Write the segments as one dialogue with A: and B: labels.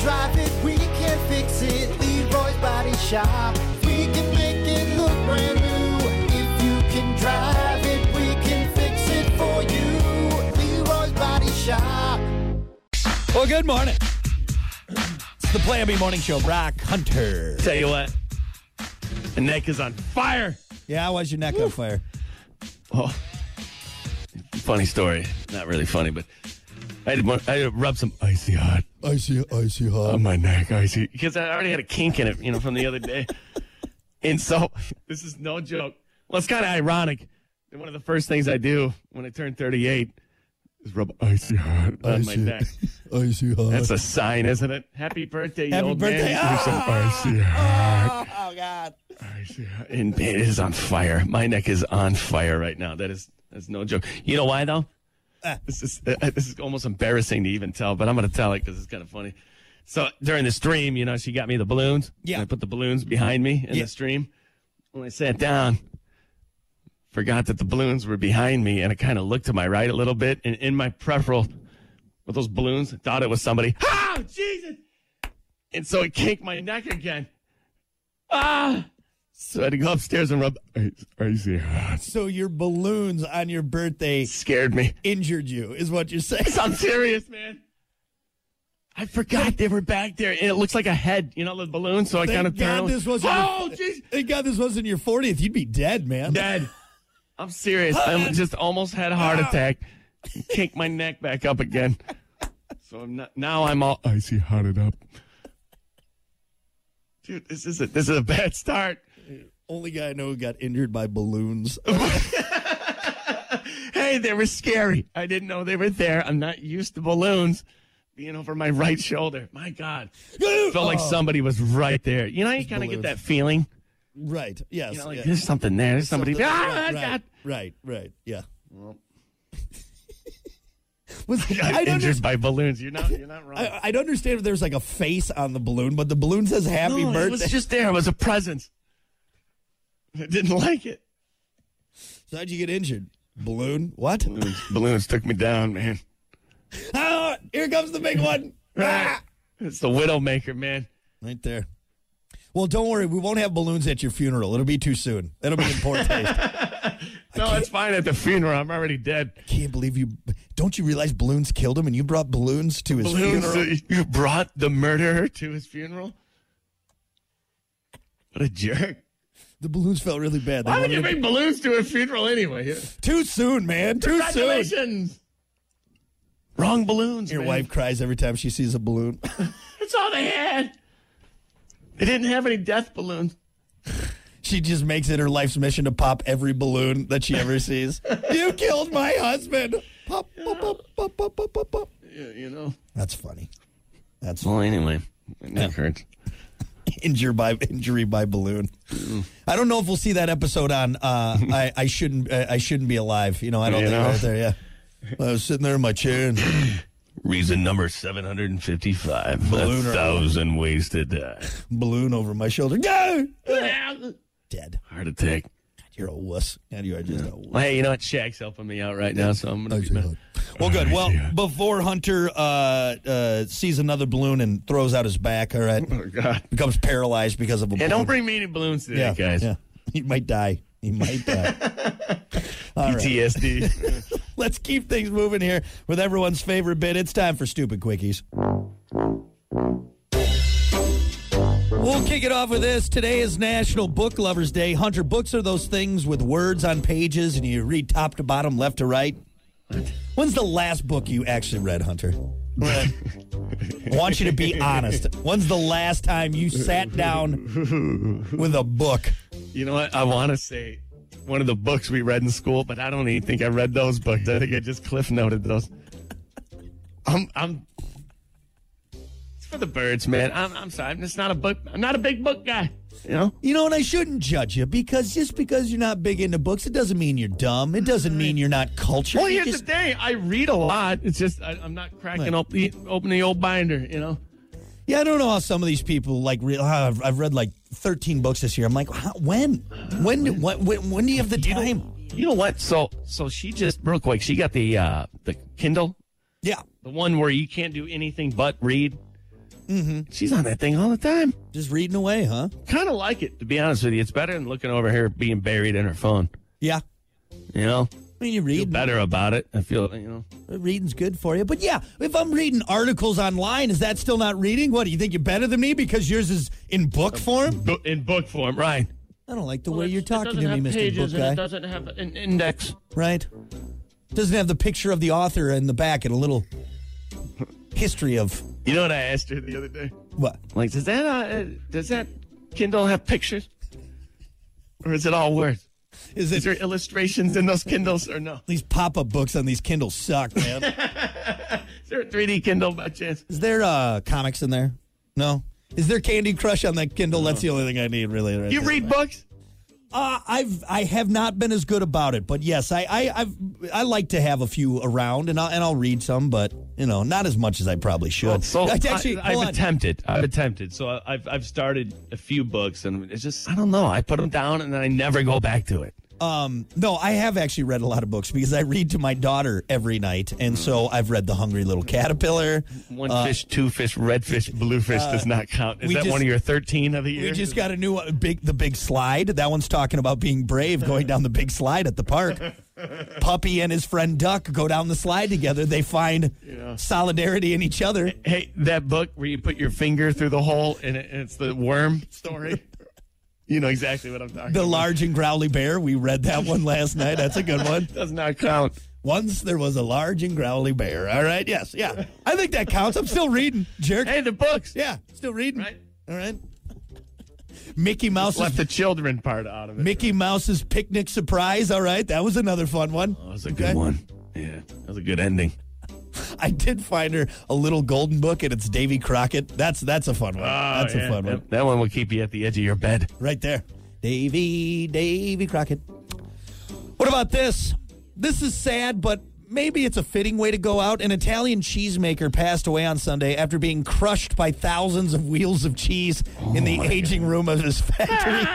A: drive it, we can fix it. Leroy's Body Shop. We can make it look brand new. If you can drive it, we can fix it for you. Leroy's Body Shop.
B: Well, good morning. It's the Plan B Morning Show. Brock Hunter.
C: Tell you what, the neck is on fire.
B: Yeah, I was your neck on fire.
C: Oh, funny story. Not really funny, but I had, one- I had to rub some icy hot
B: Icy, icy hot.
C: on my neck, icy, because I already had a kink in it, you know, from the other day. And so this is no joke. Well, it's kind of ironic. that One of the first things I do when I turn 38 is rub icy hot on my
B: Icy.
C: neck.
B: icy hot.
C: That's a sign, isn't it? Happy birthday, you
B: Happy
C: old
B: birthday.
C: man.
B: Ah!
C: You're so icy hot.
B: Oh,
C: Icy hot. And it is on fire. My neck is on fire right now. That is that's no joke. You know why though?
B: Eh.
C: This is uh, this is almost embarrassing to even tell, but I'm going to tell it because it's kind of funny. So during the stream, you know, she got me the balloons.
B: Yeah.
C: And I put the balloons behind me in
B: Yeah.
C: the stream. When I sat down, forgot that the balloons were behind me, and I kind of looked to my right a little bit, and in my peripheral with those balloons, thought it was somebody. Oh, Jesus! And so it kicked my neck again. Ah! So I had to go upstairs and rub. Crazy.
B: so your balloons on your birthday
C: Scared me.
B: injured you, is what you're saying.
C: I'm serious, man. I forgot they were back there, and it looks like a head, you know, the balloon. So I
B: Thank
C: kind of
B: God
C: turned.
B: this wasn't
C: oh,
B: your-
C: jeez,
B: Thank God this wasn't your 40th. You'd be dead, man.
C: dead. I'm serious. I just almost had a heart attack. Kicked my neck back up again. So I'm not, now I'm all icy hearted up. Dude, this is a this is a bad start.
B: Only guy I know who got injured by balloons.
C: Hey, they were scary. I didn't know they were there. I'm not used to balloons being over my right shoulder. My God. Felt like somebody was right there. You know, how you kind of get
B: Oh. balloons.
C: that feeling.
B: Right. Yes.
C: You know, like,
B: yeah.
C: there's something there. There's somebody.
B: Something-
C: ah,
B: right,
C: God.
B: right, right, right, Yeah. Was, I
C: Got
B: don't
C: injured
B: understand.
C: by balloons. You're not. You're not wrong.
B: I, I don't understand if there's like a face on the balloon, but the balloon says "Happy
C: No, It
B: Birthday."
C: was just there. It was a presence. I didn't like it.
B: so how'd you get injured? Balloon? What?
C: Balloons, balloons took me down, man.
B: Ah, here comes the big one. Ah.
C: It's the Widowmaker, man.
B: Right there. Well, don't worry. We won't have balloons at your funeral. It'll be too soon. That'll be in poor taste. I
C: No, it's fine at the funeral. I'm already dead.
B: can't believe you. Don't you realize balloons killed him, and you brought balloons to his
C: Balloons.
B: funeral?
C: uh, You brought the murderer to his funeral. What a jerk!
B: The balloons felt really bad. They
C: Why would
B: wanted
C: you
B: to-
C: bring balloons to a funeral anyway?
B: Too soon, man. Too soon.
C: Congratulations. Wrong balloons.
B: Your
C: man.
B: wife cries every time she sees a balloon.
C: That's all they had. They didn't have any death balloons.
B: she just makes it her life's mission to pop every balloon that she ever sees. you killed my husband. Pop, pop, pop, pop, pop, pop, pop, pop.
C: Yeah, you know.
B: That's funny. That's
C: Well, anyway, that hurts.
B: injury by injury by balloon. I don't know if we'll see that episode on. Uh, I, I shouldn't. I I shouldn't be alive. You know. I don't
C: You
B: think
C: know?
B: right there. Yeah. I was sitting there in my chair. And,
C: Reason number 755.
B: Balloon
C: a
B: or-
C: thousand ways to die.
B: balloon over my shoulder. Go.
C: Heart
B: Dead.
C: attack.
B: You're a wuss. And you are just a wuss.
C: Well, hey, you know what? Shaq's helping me out right now, so I'm going to be mad.
B: Well, good. Well,
C: Yeah.
B: before Hunter uh, uh, sees another balloon and throws out his back, all right,
C: Oh, God.
B: becomes paralyzed because of a
C: Yeah,
B: balloon.
C: don't bring me any balloons today,
B: yeah,
C: guys.
B: Yeah. He might die. He might die. all right.
C: PTSD.
B: Let's keep things moving here with everyone's favorite bit. It's time for Stupid Quickies. We'll kick it off with this. Today is National Book Lovers Day. Hunter, books are those things with words on pages and you read top to bottom, left to right. When's the last book you actually read, Hunter? I want you to be honest. When's the last time you sat down with a book?
C: you know what? I want to say one of the books we read in school, but I don't even think I read those books. I think I just cliff noted those. I'm, I'm. It's for the birds, man. I'm, I'm sorry. I'm just not a book. I'm not a big book guy. You know.
B: You know, and I shouldn't judge you because just because you're not big into books, it doesn't mean you're dumb. It doesn't mean you're not cultured.
C: Well,
B: You
C: here's
B: just-
C: the thing. I read a lot. It's just I, I'm not cracking
B: Right.
C: open the, open the old binder. You know.
B: yeah, I don't know how some of these people like. Re- oh, I've, I've read like 13 books this year. I'm like, how, when? When, do, when? When? When do you have the time?
C: You know what? So so she just real quick. She got the uh the Kindle,
B: Yeah.
C: the one where you can't do anything but read.
B: Mm-hmm.
C: She's on that thing all the time.
B: Just reading away, huh?
C: Kind of like it, to be honest with you. It's better than looking over here being buried in her phone.
B: Yeah.
C: You know,
B: I mean, you
C: feel
B: read.
C: better about it. I feel, you know,
B: Reading's good for you. But yeah, if I'm reading articles online, is that still not reading? What, do you think you're better than me because yours is in book
C: Um,
B: form?
C: bo- in book form, right?
B: I don't like the way you're talking to me, Mr. Book Guy.
C: doesn't have an index.
B: Right. Doesn't have the picture of the author in the back and a little history of
C: You know what I asked her the other day?
B: what?
C: Like, does that uh, does that Kindle have pictures, or is it all words?
B: Is
C: Is
B: it
C: there illustrations in those Kindles or no?
B: these pop-up books on these Kindles suck, man.
C: Is there a 3D Kindle by chance?
B: Is there uh comics in there? No. Is there Candy Crush on that Kindle? That's the only thing I need really. Right
C: You
B: there.
C: read books?
B: Uh, I've I have not been as good about it, but yes, I I I've, I like to have a few around, and I'll and I'll read some, but you know, not as much as I probably should.
C: So
B: I- actually,
C: I,
B: hold
C: have
B: on. Uh,
C: attempted. I've attempted. So I- I've I've started a few books, and it's just I don't know. I put them down, and then I never go back to it.
B: Um, no, I have actually read a lot of books because I read to my daughter every night, and so I've read The Hungry Little Caterpillar.
C: One
B: Uh,
C: fish, two fish, red fish, blue fish does not count. Is
B: we
C: that
B: just-
C: one of your thirteen of the year?
B: We just got a new uh, big, the big slide. That one's talking about being brave, going down the big slide at the park. Puppy and his friend Duck go down the slide together. They find solidarity in each other.
C: Hey, that book where you put your finger through the hole and, it, and it's the worm story. you know exactly what I'm talking
B: The
C: about.
B: large and growly bear. We read that one last night. That's a good one.
C: Does not count.
B: Once there was a large and growly bear. All right. Yes. Yeah. I think that counts. I'm still reading. Jerk.
C: Hey, the books.
B: Yeah. Still reading.
C: Right.
B: All right. Mickey Mouse.
C: Left the children part out of it.
B: Mickey Mouse's picnic surprise. All right, that was another fun one.
C: that was a
B: Okay.
C: good one. Yeah, that was a good ending.
B: I did find her a little golden book, and it's Davy Crockett. That's that's a fun one.
C: Ah,
B: that's a fun one
C: Oh, That, that one will keep you at the edge of your bed.
B: right there. Davy, Davy Crockett. What about this? This is sad, but maybe it's a fitting way to go out. An Italian cheesemaker passed away on Sunday after being crushed by thousands of wheels of cheese in
C: Oh
B: the aging room of his factory.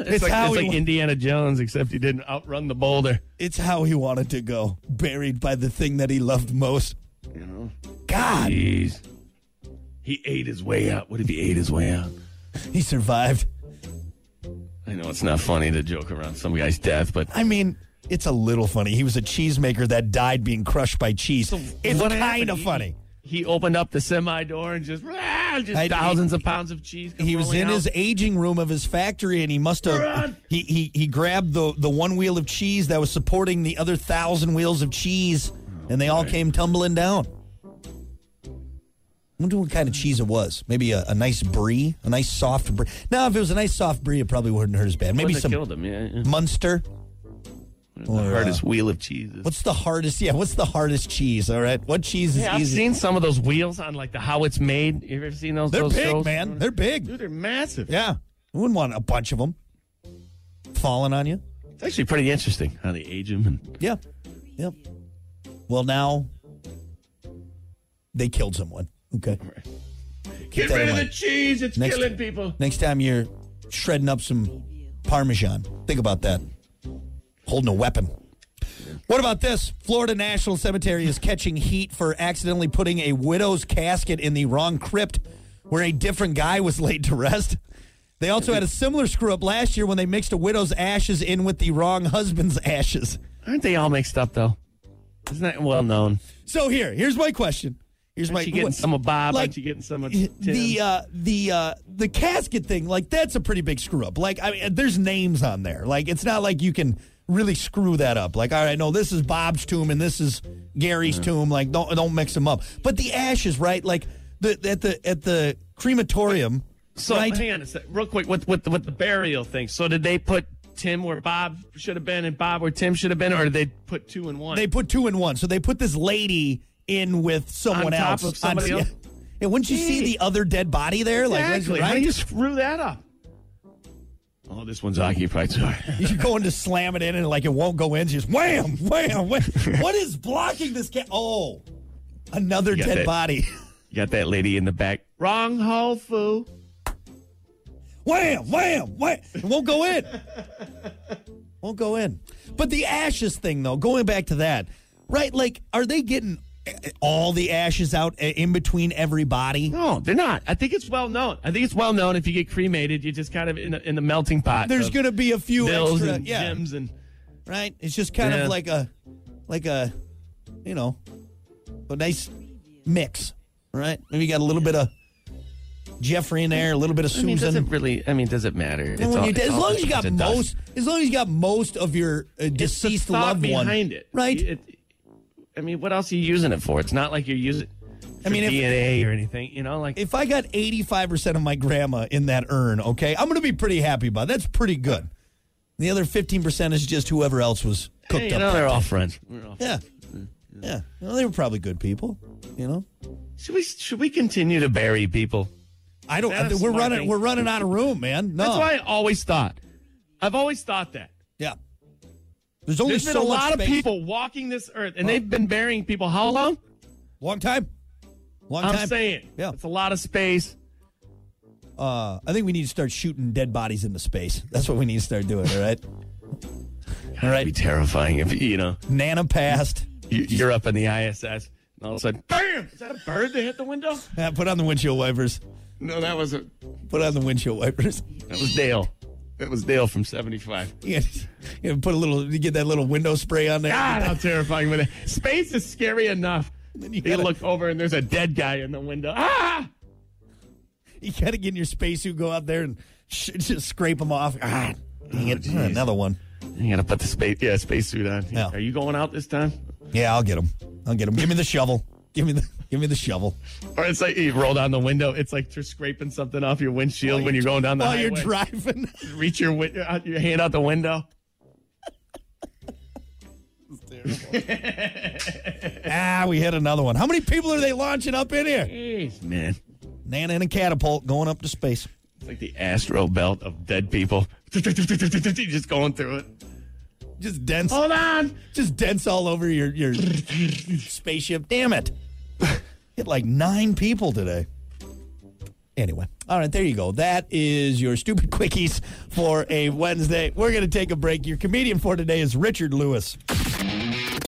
C: It's,
B: It's
C: like,
B: how
C: it's
B: he
C: like
B: wa-
C: Indiana Jones, except he didn't outrun the boulder.
B: It's how he wanted to go, buried by the thing that he loved most.
C: You know,
B: God,
C: jeez, he ate his way out. What if he ate his way out?
B: he survived.
C: I know it's not funny to joke around some guy's death, but
B: I mean, it's a little funny. He was a cheesemaker that died being crushed by cheese. It's
C: what
B: kind
C: happened?
B: of
C: He-
B: funny.
C: he opened up the semi door and just, rah, just
B: I-
C: thousands of pounds of cheese. come
B: He was
C: rolling
B: in
C: out.
B: his aging room of his factory, and he must have
C: Run!
B: he, he he grabbed the the one wheel of cheese that was supporting the other thousand wheels of cheese, and they all came tumbling down. wonder what kind of cheese it was. Maybe a, a nice brie, a nice soft brie. Now, if it was a nice soft brie, it probably wouldn't hurt as bad. Maybe
C: Wouldn't have
B: some
C: killed him. Yeah,
B: Munster. uh,
C: yeah. The hardest wheel of cheese. is-
B: What's the hardest? Yeah, what's the hardest cheese? All right, what cheese is
C: Yeah, I've
B: easy?
C: seen some of those wheels on like the How It's Made. You ever seen those?
B: They're
C: those
B: big,
C: shows?
B: man. They're big.
C: Dude, they're massive.
B: Yeah. I wouldn't want a bunch of them falling on you.
C: It's actually pretty interesting how they age them. And
B: Yeah. Yep. Well, now they killed someone. Okay. Keep
C: get
B: that
C: rid
B: in
C: of the
B: mind.
C: cheese. It's
B: Next-
C: killing people.
B: Next time you're shredding up some Parmesan, think about that. Holding a weapon. What about this? Florida National Cemetery is catching heat for accidentally putting a widow's casket in the wrong crypt where a different guy was laid to rest. They also had a similar screw up last year when they mixed a widow's ashes in with the wrong husband's ashes.
C: Aren't they all mixed up though? Isn't that well known?
B: So here, here's my question. Here's my
C: Aren't you getting
B: what-
C: some of Bob?
B: like,
C: Aren't you getting some of Tim?
B: the uh, the uh, the casket thing, like that's a pretty big screw up. Like I mean, there's names on there. Like it's not like you can really screw that up. Like all right, no, this is Bob's tomb and this is Gary's tomb. Like don't don't mix them up. But the ashes, right? Like the at the at the crematorium,
C: so
B: right?
C: hang on a sec, real quick with with with the burial thing. So did they put Tim where Bob should have been and Bob where Tim should have been, or did they put two and one?
B: They put two in one, so they put this lady in with
C: On
B: someone
C: top
B: else.
C: of somebody else?
B: And wouldn't you see
C: Gee.
B: the other dead body there?
C: exactly.
B: Like,
C: How
B: right?
C: do you screw that up? Oh, this one's occupied. Sorry.
B: You're going to slam it in and like it won't go in. Just wham, wham, wham. what is blocking this cat? Oh, another
C: got
B: dead
C: that.
B: body.
C: You got that lady in the back. Wrong hole, fool.
B: wham, wham, wham. It won't go in. won't go in. But the ashes thing, though, going back to that, right? Like, are they getting all the ashes out uh, in between every body?
C: No, they're not. I think it's well known. I think it's well known. If you get cremated, you're just kind of in, the in the melting pot.
B: There's
C: of
B: going to be a few
C: bills
B: extra,
C: and
B: yeah,
C: gems and
B: right. It's just kind
C: Yeah.
B: of like a, like a, you know, a nice mix, right? Maybe you got a little bit of Jeffrey in there, a little bit of
C: I mean, does
B: Susan.
C: it really? I mean, does it matter? It's
B: And when
C: all-
B: you-
C: it's
B: as
C: all
B: long as
C: just
B: you got
C: a dust.
B: most, as long as you got most of your
C: It's
B: uh,
C: the
B: deceased
C: thought
B: loved one
C: behind it,
B: right?
C: It- I mean, what else are you using it for? It's not like you're using. I
B: mean,
C: mean,
B: if-
C: DNA or anything, you know, like
B: if I got 85% of my grandma in that urn, okay, I'm going to be pretty happy about it. That's pretty good. The other 15% is just whoever else was cooked
C: hey, you
B: up.
C: know,
B: there.
C: they're all friends. We're all-
B: yeah. Yeah. Well, they were probably good people, you know?
C: Should we should we continue to bury people?
B: I don't.
C: That's
B: we're
C: smart
B: running.
C: thing.
B: We're running out of room, man. No.
C: That's what I always thought. I've always thought that.
B: yeah. There's only
C: There's been
B: so
C: a
B: much
C: lot of
B: space.
C: people walking this earth, and they've been burying people how long?
B: Long time. Long
C: I'm
B: time.
C: saying,
B: Yeah.
C: it's a lot of space.
B: Uh, I think we need to start shooting dead bodies into space. That's what we need to start doing. All right. all
C: It'd be
B: right.
C: terrifying if you know
B: Nana passed.
C: you- you're up in the ISS, and all of a sudden, bam! Is that a bird that hit the window?
B: Yeah, put on the windshield wipers.
C: No, that was a,
B: Put on the windshield wipers.
C: that was Dale. That was Dale from '75.
B: Yeah, you know, put a little, you get that little window spray on there.
C: God, how terrifying! With it. Space is scary enough.
B: Then you
C: You,
B: gotta-
C: look over and there's a dead guy in the window. Ah!
B: You gotta get in your spacesuit, go out there and sh- just scrape them off. Ah, dang it.
C: geez.
B: another one.
C: You gotta put the space, yeah, spacesuit on.
B: Yeah.
C: Are you going out this time?
B: Yeah, I'll get them. I'll get them. Give me the shovel. Give me the, give me the shovel.
C: Or it's like you roll down the window. It's like you're scraping something off your windshield when you're going down the
B: While
C: highway.
B: you're driving,
C: Reach your win- out your hand out the window.
B: ah, we hit another one. How many people are they launching up in here?
C: Jeez, man.
B: Nana and a catapult going up to space.
C: It's like the astro belt of dead people. Just going through it.
B: Just dense,
C: Hold on.
B: just dense all over your your spaceship. Damn it! Hit like nine people today. Anyway, all right, there you go. That is your stupid quickies for a Wednesday. We're going to take a break. Your comedian for today is Richard Lewis.